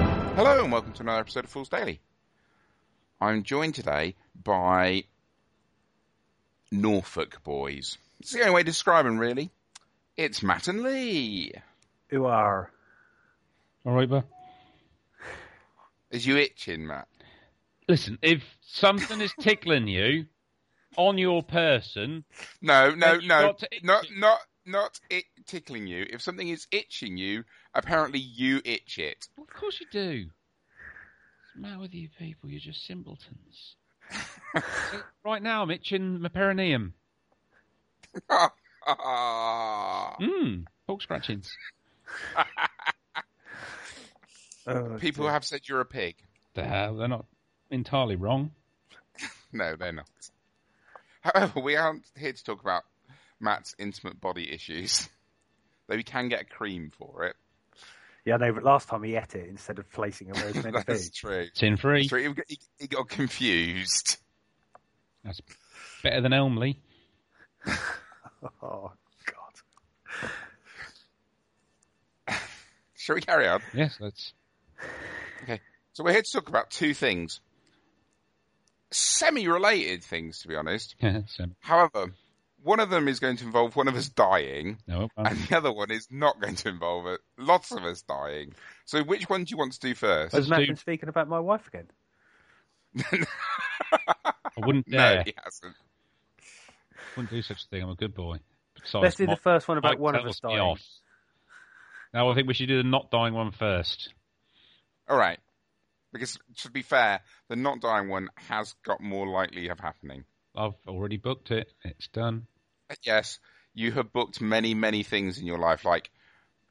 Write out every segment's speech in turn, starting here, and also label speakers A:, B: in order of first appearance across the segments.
A: and welcome to another episode of Fools Daily. I'm joined today by Norfolk boys. It's the only way to describe them, really. It's Matt and Lee.
B: who are
C: All right, but
A: Is you itching, Matt?
C: listen, if something is tickling you on your person,
A: No, no,
C: Then you
A: no,
C: got to itch
A: not
C: it.
A: not not it tickling you. If something is itching you, apparently you itch it.
C: well, of course you do. What's the matter with you people? You're just simpletons. So, right now, I'm itching my perineum.
A: Hmm.
C: Mmm, pork scratchings.
B: oh,
A: People
B: dear.
A: have said you're a pig.
C: Uh, they're not entirely wrong.
A: No, they're not. However, we aren't here to talk about Matt's intimate body issues, though we can get a cream for it.
B: Yeah, no, but last time he ate it instead of placing it where it's meant to
A: That's
B: be.
A: true.
C: Tin free.
A: That's true. He got- He, he got confused.
C: That's better than Elmley.
B: Oh God!
A: Shall we carry on?
C: Yes, that's
A: Okay. So we're here to talk about two things, semi-related things, to be honest.
C: so,
A: However, one of them is going to involve one of us dying,
C: no.
A: and
C: Um,
A: the other one is not going to involve it, lots of us dying. So, which one do you want to do first?
B: Has Matt
C: do-
B: been speaking about my wife again?
C: I wouldn't
A: no,
C: dare.
A: he hasn't.
C: Wouldn't do such a thing. I'm a good boy.
A: Oh,
C: Besides,
B: Let's do
C: my-
B: the first one about
C: Mike
B: one of
C: tells
B: us
C: me
B: dying.
C: off. No, I think we should do the not dying one first.
A: All right. Because to be fair, the not dying one has got more likely of happening.
C: I've already booked it. It's done.
A: Yes, you have booked many, many things in your life, like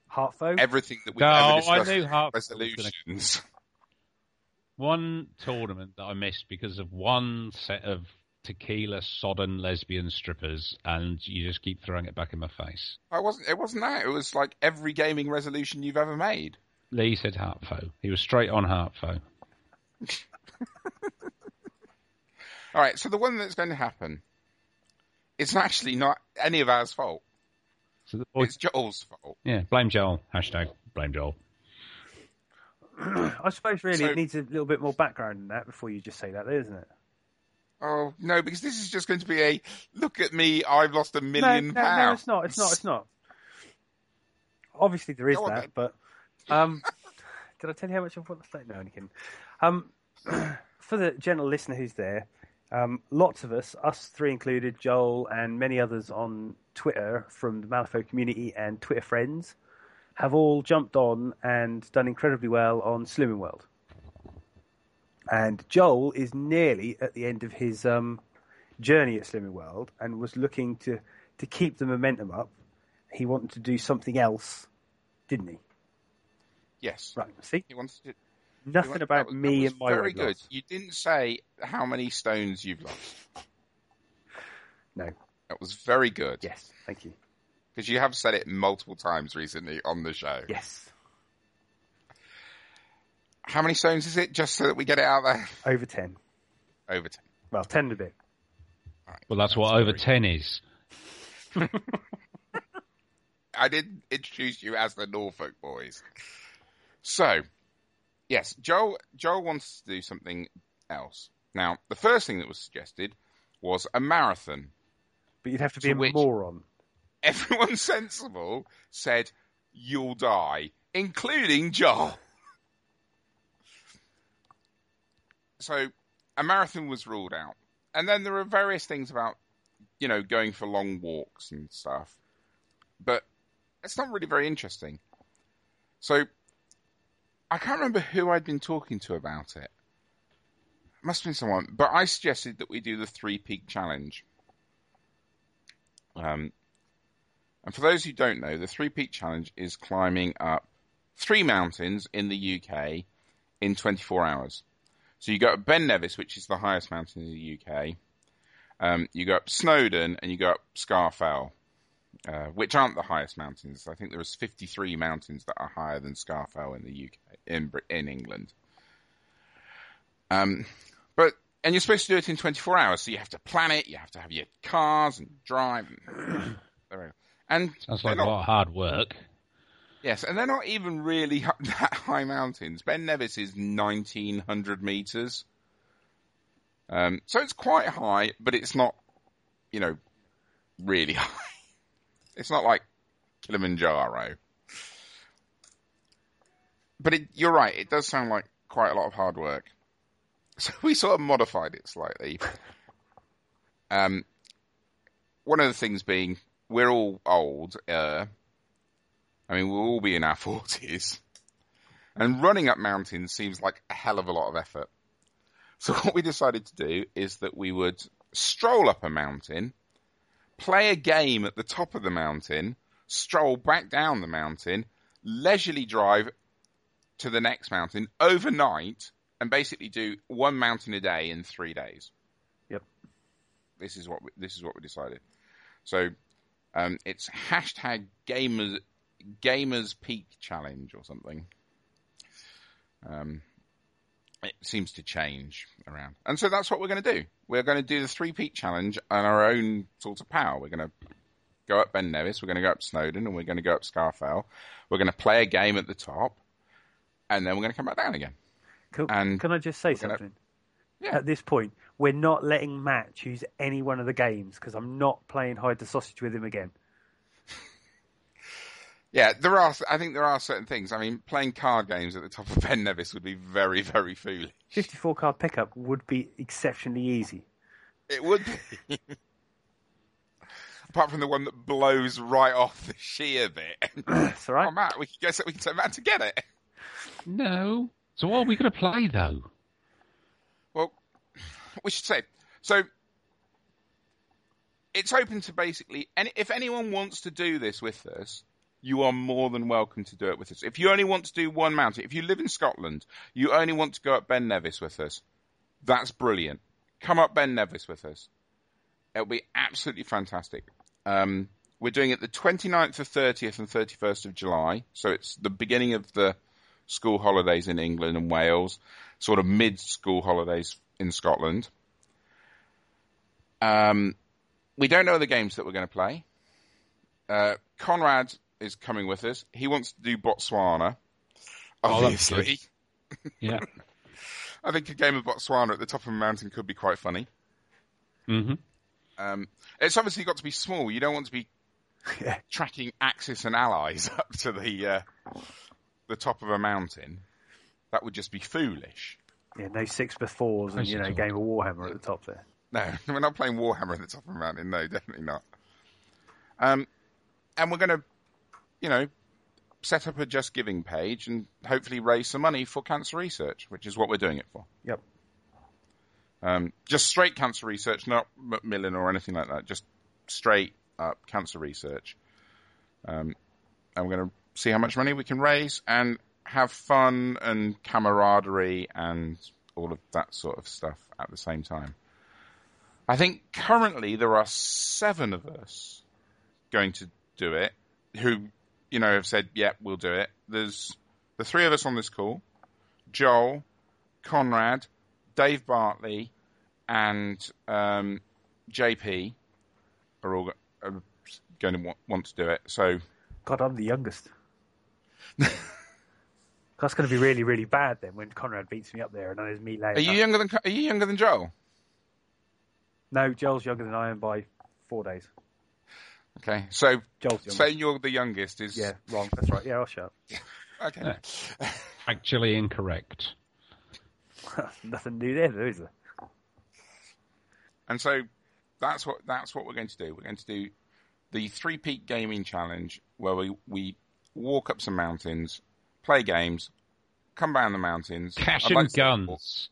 B: Heart foe.
A: everything that we've
C: no,
A: ever
C: I
A: discussed.
C: knew half
A: resolutions.
C: one tournament that I missed because of one set of tequila sodden lesbian strippers, and you just keep throwing it back in my face.
A: I wasn't. It wasn't that. It was like every gaming resolution you've ever made.
C: Lee said Hartfo. He was straight on Hartfo.
A: All right. So the one that's going to happen, it's actually not any of ours fault.
C: So the boy,
A: It's Joel's fault.
C: yeah, blame Joel. Hashtag blame Joel.
B: I suppose really
A: So-
B: it needs a little bit more background than that before you just say that, isn't it?
A: Oh no, because this is just going to be a look at me. I've lost a million
B: no, no,
A: pounds.
B: no, it's not. It's not. It's not. Obviously, there is
A: Go on,
B: that,
A: then.
B: but um, did I tell you how much I've won? No, I'm only kidding. Um, for the general listener who's there, um, lots of us, us three included, Joel and many others on Twitter from the Malifaux community and Twitter friends, have all jumped on and done incredibly well on Slimming World. And Joel is nearly at the end of his um, journey at Slimming World and was looking to, to keep the momentum up. He wanted to do something else, didn't he?
A: Yes,
B: Right. See,
A: he wants to.
B: nothing
A: That
B: about
A: was- that
B: me
A: was
B: and my
A: very
B: weight
A: good.
B: loss.
A: You didn't say how many stones you've lost.
B: No.
A: That was very good
B: Yes. Thank you.
A: because you have said it multiple times recently on the show.
B: Yes.
A: How many stones is it? Just so that we get it out there.
B: Over ten.
A: Over ten.
B: Well, ten and a bit.
C: Well, that's what over 10 is.
A: I did introduce you as the Norfolk boys. So, yes, Joel Joel wants to do something else. Now, the first thing that was suggested was a marathon.
B: But you'd have to be
A: To
B: a
A: which-
B: moron.
A: Everyone sensible said you'll die, including Joel. So, a marathon was ruled out. And then there are various things about, you know, going for long walks and stuff. But it's not really very interesting. So, I can't remember who I'd been talking to about it. must have been someone. But I suggested that we do the three peak challenge. Um, and for those who don't know, the three peak challenge is climbing up three mountains in the UK in 24 hours. So you go up Ben Nevis, which is the highest mountain in the UK. Um, you go up Snowdon and you go up Scarfell, uh, which aren't the highest mountains. I think there was 53 mountains that are higher than Scarfell in the UK in Brit- in England. Um, but and you're supposed to do it in 24 hours, so you have to plan it. You have to have your cars and drive. And, and
C: Sounds
A: they're
C: like a
A: not
C: lot of hard work.
A: Yes, and they're not even really h- that high mountains. Ben Nevis is 1900 meters. Um, so it's quite high, but it's not, you know, really high. It's not like Kilimanjaro. But it, you're right, it does sound like quite a lot of hard work. So we sort of modified it slightly. Um, one of the things being, we're all old, uh, I mean, we'll all be in our forties, and running up mountains seems like a hell of a lot of effort. So what we decided to do is that we would stroll up a mountain, play a game at the top of the mountain, stroll back down the mountain, leisurely drive to the next mountain overnight, and basically do one mountain a day in three days.
B: Yep.
A: This is what we, this is what we decided. So um, it's hashtag gamers Gamers Peak Challenge or something. Um, it seems to change around, and so that's what we're going to do. We're going to do the three peak challenge on our own sort of power. We're going to go up Ben Nevis, we're going to go up Snowden, and we're going to go up Scarfell. We're going to play a game at the top, and then we're going to come back down again.
B: Cool.
A: And
B: Can I just say
A: gonna-
B: something?
A: Yeah.
B: At this point, we're not letting Matt choose any one of the games because I'm not playing hide the sausage with him again.
A: Yeah, there are. I think there are certain things. I mean, playing card games at the top of Ben Nevis would be very, very foolish.
B: 54 card pickup would be exceptionally easy.
A: It would be. Apart from the one that blows right off the sheer bit.
B: That's all right.
A: Oh, Matt, we can guess that we can take Matt to get it.
C: No. So what are we going to play though?
A: Well, we should say so. It's open to basically, and if anyone wants to do this with us, you are more than welcome to do it with us. If you only want to do one mountain, if you live in Scotland, you only want to go up Ben Nevis with us. That's brilliant. Come up Ben Nevis with us. It'll be absolutely fantastic. Um, we're doing it the 29th of 30th and 31st of July. So it's the beginning of the school holidays in England and Wales, sort of mid school holidays in Scotland. Um, we don't know the games that we're going to play. Uh, Conrad is coming with us. He wants to do Botswana,
C: Oh, that's
A: obviously.
C: good. Yeah.
A: I think a game of Botswana at the top of a mountain could be quite funny.
C: hmm
A: Um, it's obviously got to be small. You don't want to be
B: Yeah.
A: tracking Axis and allies up to the uh, the top of a mountain. That would just be foolish.
B: Yeah, no six befores and,
C: Nice
B: you know,
C: little-
B: game of Warhammer at the top there.
A: No, we're not playing Warhammer at the top of a mountain. No, definitely not. Um, and we're going to, you know, set up a Just Giving page and hopefully raise some money for cancer research, which is what we're doing it for.
B: Yep.
A: Um, just straight cancer research, not Macmillan or anything like that. Just straight up cancer research. Um, and we're going to see how much money we can raise and have fun and camaraderie and all of that sort of stuff at the same time. I think currently there are seven of us going to do it who, you know, have said, yep, we'll do it. There's the three of us on this call Joel, Conrad, Dave Bartley, and um, JP are all go- are going to want, want to do it. So
B: God, I'm the youngest. That's going to be really, really bad then when Conrad beats me up there and then there's me later.
A: Are you younger than Co- Are you younger than Joel?
B: No, Joel's younger than I am by four days.
A: Okay, so
B: Joel's younger.
A: saying you're the youngest is
B: Yeah, wrong. That's right. Yeah, I'll shut up.
A: okay.
C: Actually incorrect.
B: Nothing new there, though, is there?
A: And so that's what that's what we're going to do. We're going to do the three peak gaming challenge where we we walk up some mountains, play games, come down the mountains,
C: Cash
A: I'd
C: and
A: like to-
C: guns.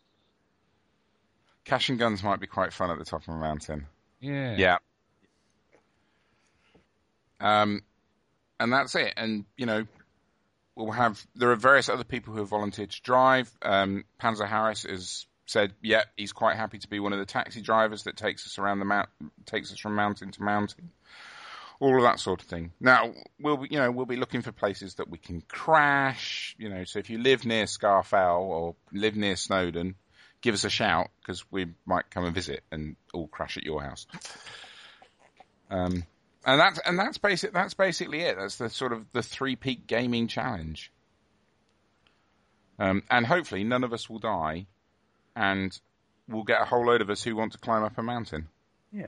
A: Cash and guns might be quite fun at the top of a mountain.
C: Yeah.
A: Yeah. Um, and that's it. And you know, we'll have. There are various other people who have volunteered to drive. Um, Panzer Harris has said, "Yep, he's quite happy to be one of the taxi drivers that takes us around the mount, takes us from mountain to mountain." All of that sort of thing. Now we'll, be, you know, we'll be looking for places that we can crash. You know, so if you live near Scarfell or live near Snowdon, give us a shout because we might come and visit and all crash at your house. Um, and that's and that's basic. That's basically it. That's the sort of the three peak gaming challenge. Um, and hopefully, none of us will die, and we'll get a whole load of us who want to climb up a mountain.
B: Yeah.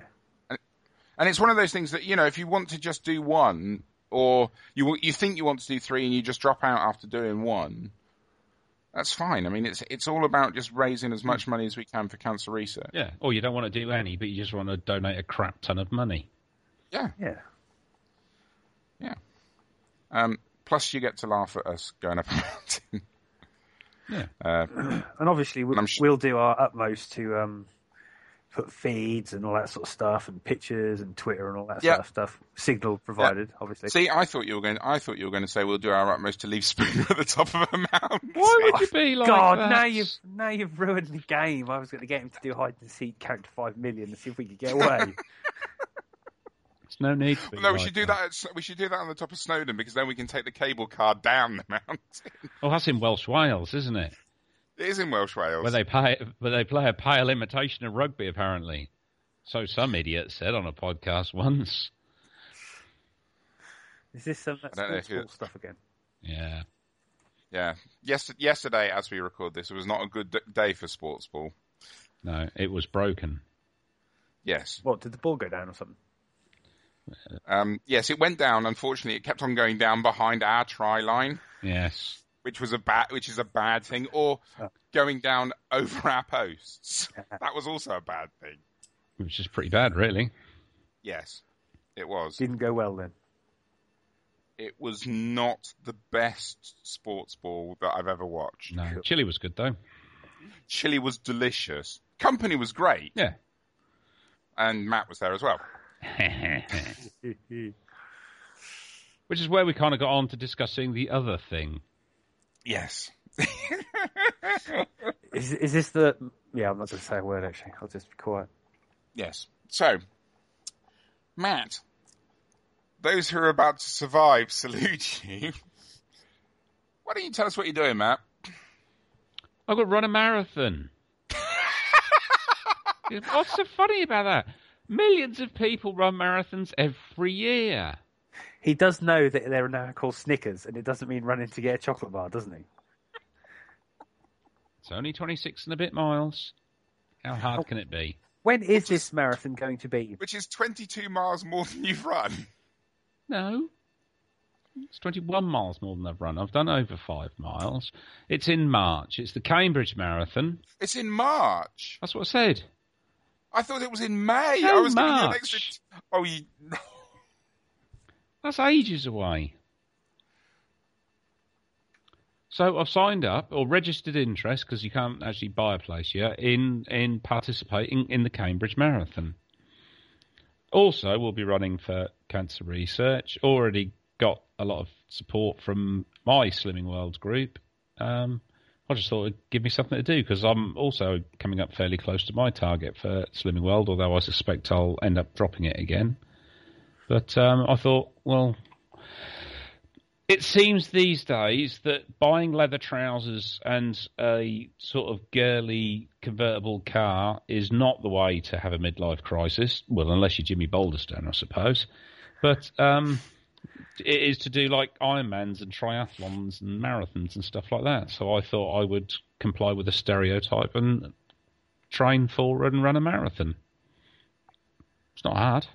A: And it's one of those things that you know, if you want to just do one, or you you think you want to do three, and you just drop out after doing one, that's fine. I mean, it's it's all about just raising as much money as we can for cancer research.
C: Yeah. Or you don't want to do any, but you just want to donate a crap ton of money.
A: Yeah,
B: Yeah.
A: yeah. Um, plus, you get to laugh at us going up a mountain.
C: Yeah.
B: And obviously, we,
A: And I'm sh-
B: we'll do our utmost to um, put feeds and all that sort of stuff, and pictures and Twitter and all that
A: Yeah.
B: sort of stuff. Signal provided, obviously.
A: See, I thought you were going. I thought you were going to say we'll do our utmost to leave Spoon at the top of a mountain.
C: Why would you be like
B: God,
C: that?
B: now you've now you've ruined the game. I was going to get him to do hide and seek, count to five million, and see if we could get away.
C: There's no need. To be
A: No, we
C: like
A: should do that. at S- we should do that on the top of Snowdon because then we can take the cable car down the mountain.
C: Oh, that's in Welsh Wales, isn't it?
A: It is in Welsh Wales.
C: Where they play, where they play a pale imitation of rugby, apparently. So some idiot said on a podcast once.
B: Is this some that
A: I don't know if
B: sports ball
A: it-
B: stuff again?
C: Yeah.
A: Yeah. Yes, yesterday, as we record this, it was not a good d- day for sports ball.
C: No, it was broken.
A: Yes.
B: What did the ball go down or something?
A: Um, yes, it went down. Unfortunately, it kept on going down behind our try line,
C: Yes.
A: which was a bad, which is a bad thing, or
C: Oh.
A: going down over our posts. That was also a bad thing.
C: Which is pretty bad, really.
A: Yes, it was.
B: Didn't go well then.
A: It was not the best sports ball that I've ever watched.
C: No. Chile was good, though.
A: Chili was delicious. Company was great,
C: Yeah.
A: and Matt was there as well.
C: Which is where we kind of got on to discussing the other thing.
A: Yes.
B: is is this the? Yeah, I'm not going to say a word actually. I'll just be quiet.
A: Yes. So, Matt, those who are about to survive salute you. Why don't you tell us what you're doing, Matt?
C: I've got to run a marathon. What's so funny about that? Millions of people run marathons every year.
B: He does know that they're now called Snickers, and it doesn't mean running to get a chocolate bar, doesn't he?
C: It's only 26 and a bit miles. How hard can it be?
B: When is this marathon going to be?
A: Which is 22 miles more than you've run.
C: No. It's 21 miles more than I've run. I've done over five miles. It's in March. It's the Cambridge Marathon.
A: It's in March.
C: That's what I said.
A: I thought it was in May.
C: No,
A: I was giving you an
C: March.
A: extra. T- oh, you.
C: That's ages away. So I've signed up or registered interest because you can't actually buy a place yet in in participating in the Cambridge Marathon. Also, we'll be running for cancer research. Already got a lot of support from my Slimming World group. Um, I just thought it'd give me something to do because I'm also coming up fairly close to my target for Slimming World, although I suspect I'll end up dropping it again. But um, I thought, well, it seems these days that buying leather trousers and a sort of girly convertible car is not the way to have a midlife crisis. Well, unless you're Jimmy Boulderstone, I suppose. But um, it is to do like Ironmans and triathlons and marathons and stuff like that. So I thought I would comply with a stereotype and train for and run a marathon. It's not hard.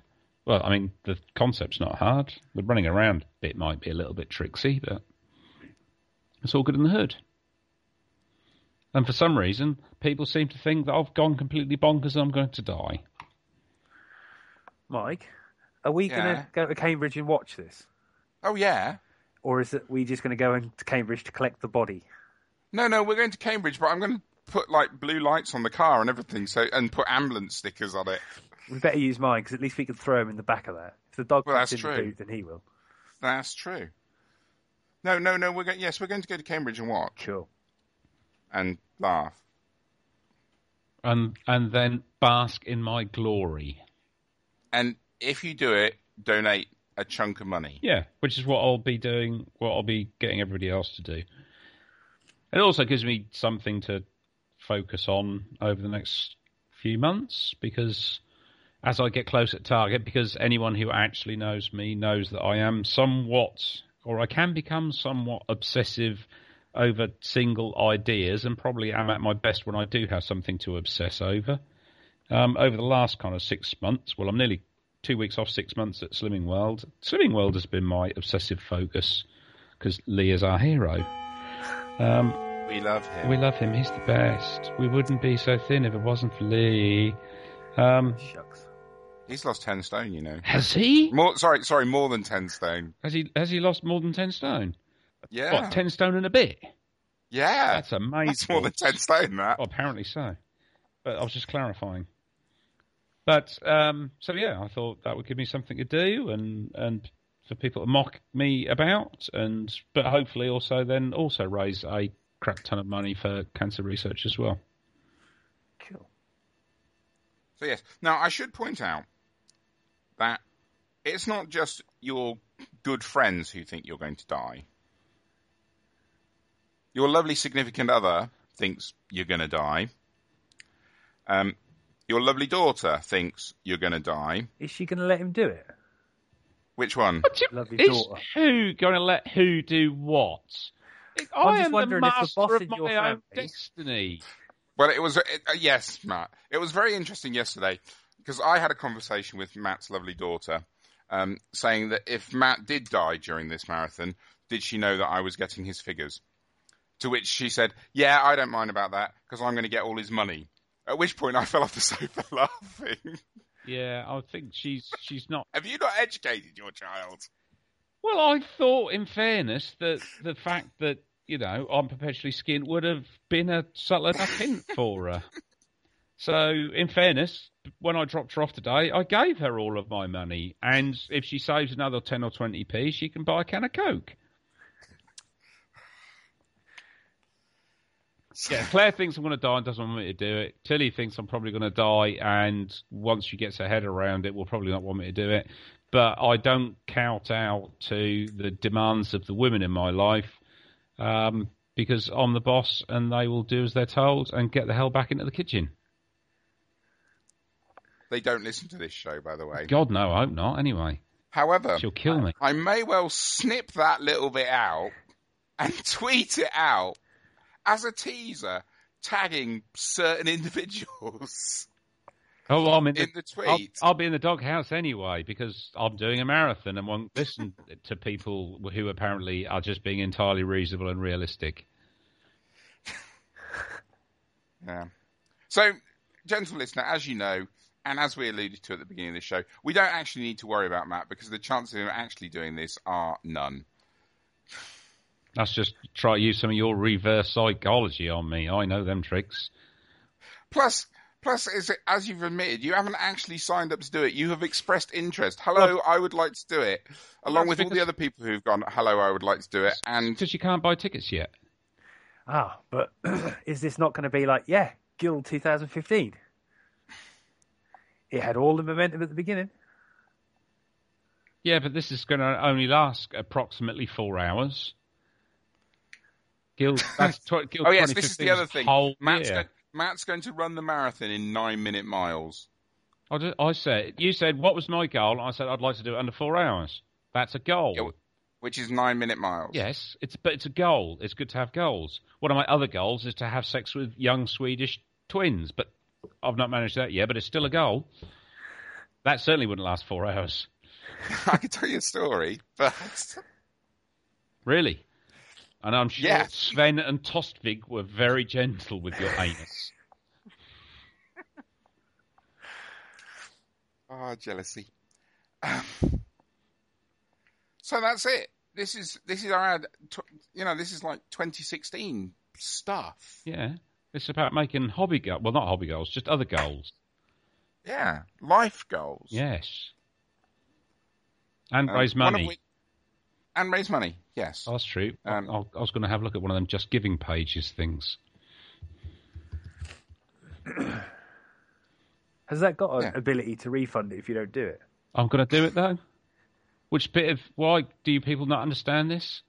C: Well, I mean, the concept's not hard. The running around bit might be a little bit tricksy, but it's all good in the hood. And for some reason, people seem to think that I've gone completely bonkers and I'm going to die.
B: Mike, are we going
A: Yeah.
B: to go to Cambridge and watch this,
A: Oh, yeah.
B: or is it we just going to go into Cambridge to collect the body?
A: No, no, we're going to Cambridge, but I'm going to put like blue lights on the car and everything, so and put ambulance stickers on it.
B: We better use mine because at least we can throw him in the back of that. If the dog
A: Well,
B: comes in
A: that's
B: the
A: true.
B: boot, then he will.
A: That's true. No, no, no. We're going. Yes, we're going to go to Cambridge and watch
B: Sure.
A: and laugh.
C: And and then bask in my glory.
A: And if you do it, donate a chunk of money.
C: Yeah, which is what I'll be doing, what I'll be getting everybody else to do. It also gives me something to focus on over the next few months because as I get close at target because anyone who actually knows me knows that I am somewhat, or I can become somewhat obsessive over single ideas and probably am at my best when I do have something to obsess over. Um, over the last kind of six months, well, I'm nearly two weeks off six months at Slimming World. Slimming World has been my obsessive focus because Lee is our hero. Um,
A: We love him.
C: we love him. He's the best. We wouldn't be so thin if it wasn't for Lee. Um,
B: Shucks.
A: He's lost ten stone, you know.
C: has he?
A: More, sorry, sorry, more than ten stone.
C: Has he? Has he lost more than ten stone?
A: Yeah,
C: What, ten stone and a bit?
A: yeah.
C: That's amazing.
A: That's more than ten stone. That
C: Well, apparently so. But I was just clarifying. But um, so yeah, I thought that would give me something to do and and for people to mock me about, and but hopefully also then also raise a crap ton of money for cancer research as well.
B: Cool.
A: So yes. Now I should point out that it's not just your good friends who think you're going to die. Your lovely significant other thinks you're going to die. Um, your lovely daughter thinks you're going to die.
B: Is she going to let him do it?
A: Which one?
B: Lovely
C: Is
B: daughter.
C: who going to let who do what? I
B: I'm just
C: am the
B: wondering if the boss
C: master of
B: in
C: my
B: your
C: own
B: family-
C: destiny.
A: Well, it was it, uh, yes, Matt. It was very interesting yesterday because I had a conversation with Matt's lovely daughter, um, saying that if Matt did die during this marathon, did she know that I was getting his figures? To which she said, "Yeah, I don't mind about that because I'm going to get all his money." At which point, I fell off the sofa laughing.
C: Yeah, I think she's she's not
A: Have you not educated your child?
C: Well, I thought, in fairness, that the fact that you know I'm perpetually skinned would have been a subtle enough hint for her. So, in fairness, when I dropped her off today, I gave her all of my money, and if she saves another ten or twenty p, she can buy a can of coke. Yeah, Claire thinks I'm going to die and doesn't want me to do it. Tilly thinks I'm probably going to die, and once she gets her head around it, will probably not want me to do it. But I don't count out to the demands of the women in my life um, because I'm the boss, and they will do as they're told and get the hell back into the kitchen.
A: They don't listen to this show, by the way.
C: God, no, I hope not. Anyway,
A: However,
C: she'll kill me.
A: I may well snip that little bit out and tweet it out as a teaser, tagging certain individuals
C: Oh, well, I'm in the,
A: in the
C: I'll,
A: tweet.
C: I'll be in the doghouse anyway because I'm doing a marathon and won't listen to people who apparently are just being entirely reasonable and realistic.
A: Yeah. So, gentle listener, as you know, and as we alluded to at the beginning of the show, we don't actually need to worry about Matt because the chances of him actually doing this are none.
C: That's just try to use some of your reverse psychology on me. I know them tricks.
A: Plus, plus, is it, as you've admitted, you haven't actually signed up to do it. You have expressed interest. Hello, I would like to do it, along
C: that's
A: with all the
C: because-
A: other people who've gone. Hello, I would like to do it, and
C: Because you can't buy tickets yet.
B: Ah, but is this not going to be like, yeah, Guild 2015? It had all the momentum at the beginning.
C: Yeah, but this is going to only last approximately four hours. Guild, that's tw- Guild
A: Oh yes, this is the
C: 2015's
A: other thing.
C: Whole
A: Matt's,
C: year.
A: go- Matt's going to run the marathon in nine minute miles.
C: I, ju- I said, you said, what was my goal? I said, I'd like to do it under four hours. That's a goal.
A: Yeah, Which is nine minute miles.
C: Yes, it's but it's a goal. It's good to have goals. One of my other goals is to have sex with young Swedish twins, but I've not managed that yet. But it's still a goal. That certainly wouldn't last four hours.
A: I could tell you a story, but
C: Really? And I'm sure
A: Yes.
C: Sven and Tostvig were very gentle with your anus.
A: ah, jealousy. Um, so that's it. This is this is our ad- tw- you know this is like 2016 stuff.
C: Yeah. It's about making hobby goals. Well, not hobby goals, just other goals.
A: Yeah, life goals.
C: Yes. And
A: Um,
C: raise
A: one of
C: money. Oh.
A: which- and raise money. Yes.
C: That's true. I-
A: Um,
C: I, I was going to have a look at one of them just giving pages things.
B: Has that got an
A: Yeah.
B: ability to refund it if you don't do it?
C: I'm going to do it though. Which bit of why do you people not understand this?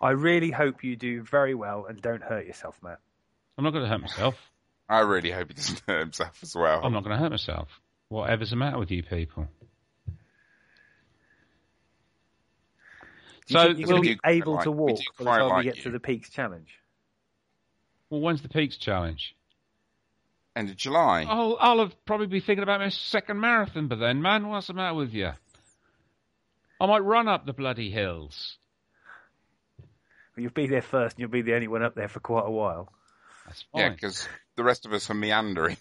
B: I really hope you do very well and don't hurt yourself, Matt.
C: I'm not going to hurt myself.
A: I really hope he doesn't hurt himself as well.
C: I'm not going to hurt myself. Whatever's the matter with you people?
B: Do you
C: So,
B: think you're
A: well,
B: going to
A: we
B: be
A: do
B: able
A: quite
B: to
A: like- we
B: walk
A: do
B: by the
A: quite
B: time
A: like
B: you get
A: you.
B: to the Peaks Challenge?
C: Well, when's the Peaks Challenge?
A: End of July.
C: I'll, I'll have probably be thinking about my second marathon by then, man. What's the matter with you? I might run up the bloody hills.
B: You'll be there first, and you'll be the only one up there for quite a while.
C: That's
A: Yeah,
C: fine.
A: because the rest of us are meandering.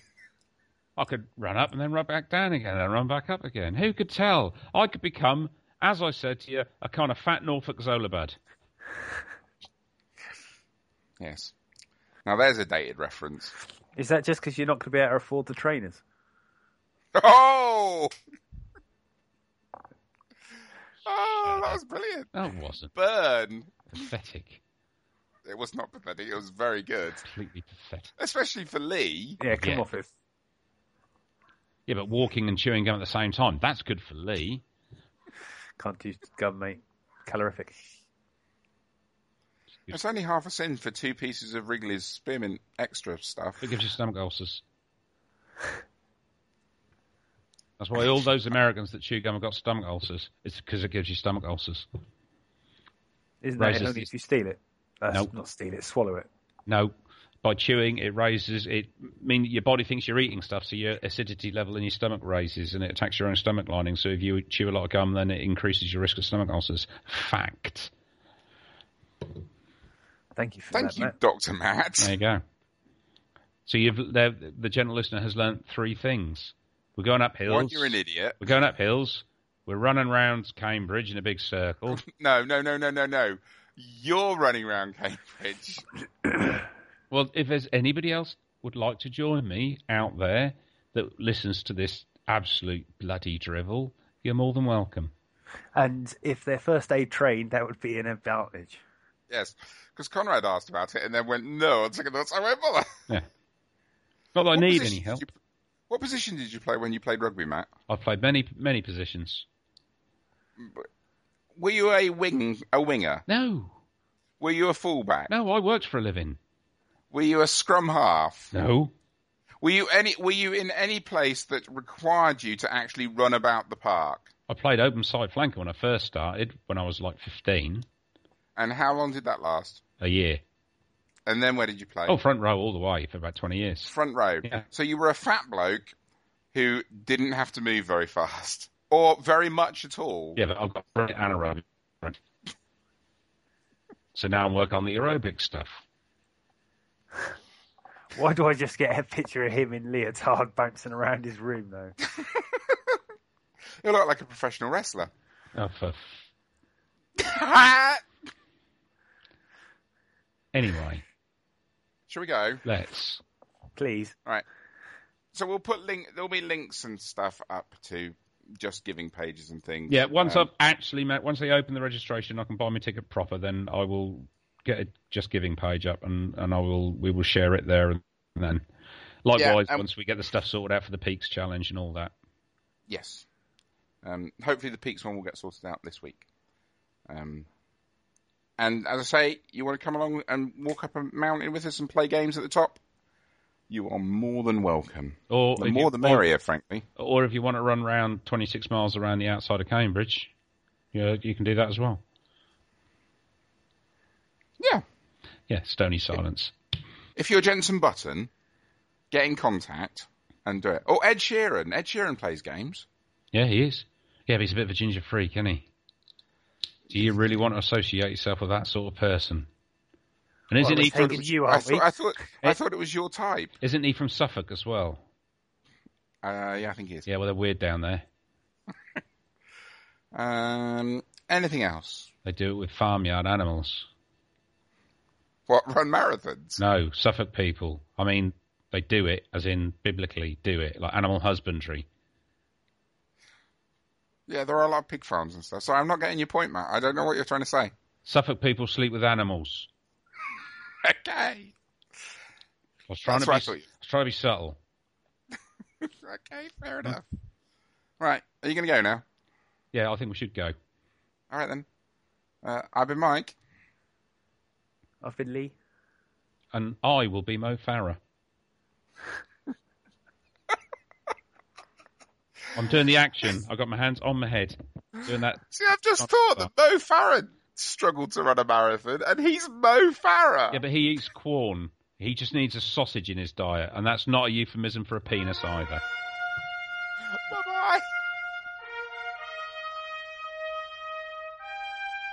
C: I could run up and then run back down again and run back up again. Who could tell? I could become, as I said to you, a kind of fat Norfolk Zolabud.
A: Yes. Now there's a dated reference.
B: Is that just because you're not going to be able to afford the trainers?
A: Oh! oh, that was brilliant.
C: No, it wasn't.
A: Burn.
C: Pathetic.
A: It was not pathetic. It was very good,
C: Completely pathetic.
A: especially for Lee.
B: Yeah, come
C: Yeah.
B: off it.
C: Yeah, but walking and chewing gum at the same time, that's good for Lee.
B: Can't do gum, mate. Calorific.
A: It's only half a sin for two pieces of Wrigley's spearmint extra stuff.
C: It gives you stomach ulcers. That's why all those Americans that chew gum have got stomach ulcers. It's because it gives you stomach ulcers.
B: Isn't that
C: Raises
B: only
C: the-
B: if you steal it? Uh,
C: Nope.
B: Not steal it, swallow it.
C: No, by chewing, it raises. It mean your body thinks you're eating stuff, so your acidity level in your stomach raises, and it attacks your own stomach lining. So if you chew a lot of gum, then it increases your risk of stomach ulcers. Fact.
B: Thank you for
A: Thank
B: that,
A: you,
B: Matt.
A: Doctor Matt.
C: There you go. So you've the, the gentle listener has learnt three things. We're going up
A: One,
C: hills.
A: you're an idiot.
C: We're going up hills. We're running round Cambridge in a big circle.
A: No, no, no, no, no, no. You're running around Cambridge.
C: Well, if there's anybody else would like to join me out there that listens to this absolute bloody drivel, you're more than welcome.
B: And if they're first aid trained, that would be an advantage.
A: Yes, because Conrad asked about it and then went, no, on second thoughts, I won't bother.
C: Not that I
A: What
C: need
A: position
C: any
A: did
C: help.
A: you- what position did you play when you played rugby, Matt?
C: I've played many many positions.
A: Were you a wing, a winger?
C: No,
A: Were you a fullback?
C: no, I worked for a living.
A: Were you a scrum half?
C: No,
A: Were you any? Were you in any place that required you to actually run about the park?
C: I played open side flanker when I first started when I was like 15,
A: And how long did that last?
C: a year.
A: And then where did you play?
C: Oh, front row all the way for about 20 years.
A: front row.
C: Yeah.
A: So you were a fat bloke who didn't have to move very fast or very much at all.
C: Yeah, but I've got great anaerobic. So now I'm working on the aerobic stuff.
B: Why do I just get a picture of him in leotard bouncing around his room, though?
A: You look like a professional wrestler.
C: Oh, for
A: Shall
C: Anyway,
A: we go?
C: let's.
B: Please.
A: So we'll put link. There'll be links and stuff up to just giving pages and things.
C: Yeah, once
A: Um,
C: I've actually met, once they open the registration, I can buy my ticket proper. Then I will get a Just Giving page up, and and I will we will share it there. And then, likewise,
A: and-
C: once we get the stuff sorted out for the Peaks Challenge and all that.
A: Yes. Um, hopefully the peaks one will get sorted out this week. Um, and as I say, you want to come along and walk up a mountain with us and play games at the top? You are more than welcome.
C: Or
A: The
C: if
A: more
C: you-
A: the merrier, frankly.
C: Or, or if you want to run around 26 miles around the outside of Cambridge, you know, you can do that as well.
A: Yeah.
C: Yeah, stony silence.
A: If you're Jensen Button, get in contact and do it. Oh, Ed Sheeran. Ed Sheeran plays games.
C: Yeah, he is. Yeah, but he's a bit of a ginger freak, isn't he? Do you really want to associate yourself with that sort of person? And isn't
B: Well,
C: he
B: we're
C: from
B: taking you,
A: I
B: aren't we?
A: thought, I thought I thought it was your type.
C: Isn't he from Suffolk as well?
A: Uh, yeah, I think he is.
C: Yeah, well, they're weird down there.
A: Um, anything else?
C: They do it with farmyard animals.
A: What run marathons?
C: No, Suffolk people. I mean, they do it as in biblically do it, like animal husbandry.
A: Yeah, there are a lot of pig farms and stuff. So I'm not getting your point, Matt. I don't know what you're trying to say.
C: Suffolk people sleep with animals.
A: Okay.
C: I was trying
A: That's
C: to
A: what
C: be,
A: I thought you-
C: I was trying to be subtle.
A: Okay, fair enough. Right, are you going to go now?
C: Yeah, I think we should go.
A: All right then. Uh, I've been Mike.
B: I've been Lee.
C: And I will be Mo Farah. I'm doing the action. I've got my hands on my head. Doing that.
A: See, I've just thought that Mo Farah struggled to run a marathon, and he's Mo Farah.
C: Yeah, but he eats corn. He just needs a sausage in his diet, and that's not a euphemism for a penis either.
A: Bye-bye.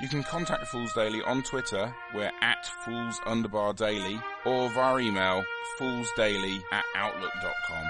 A: You can contact Fools Daily on Twitter. We're at Fools Underbar Daily or via email foolsdaily at outlook.com.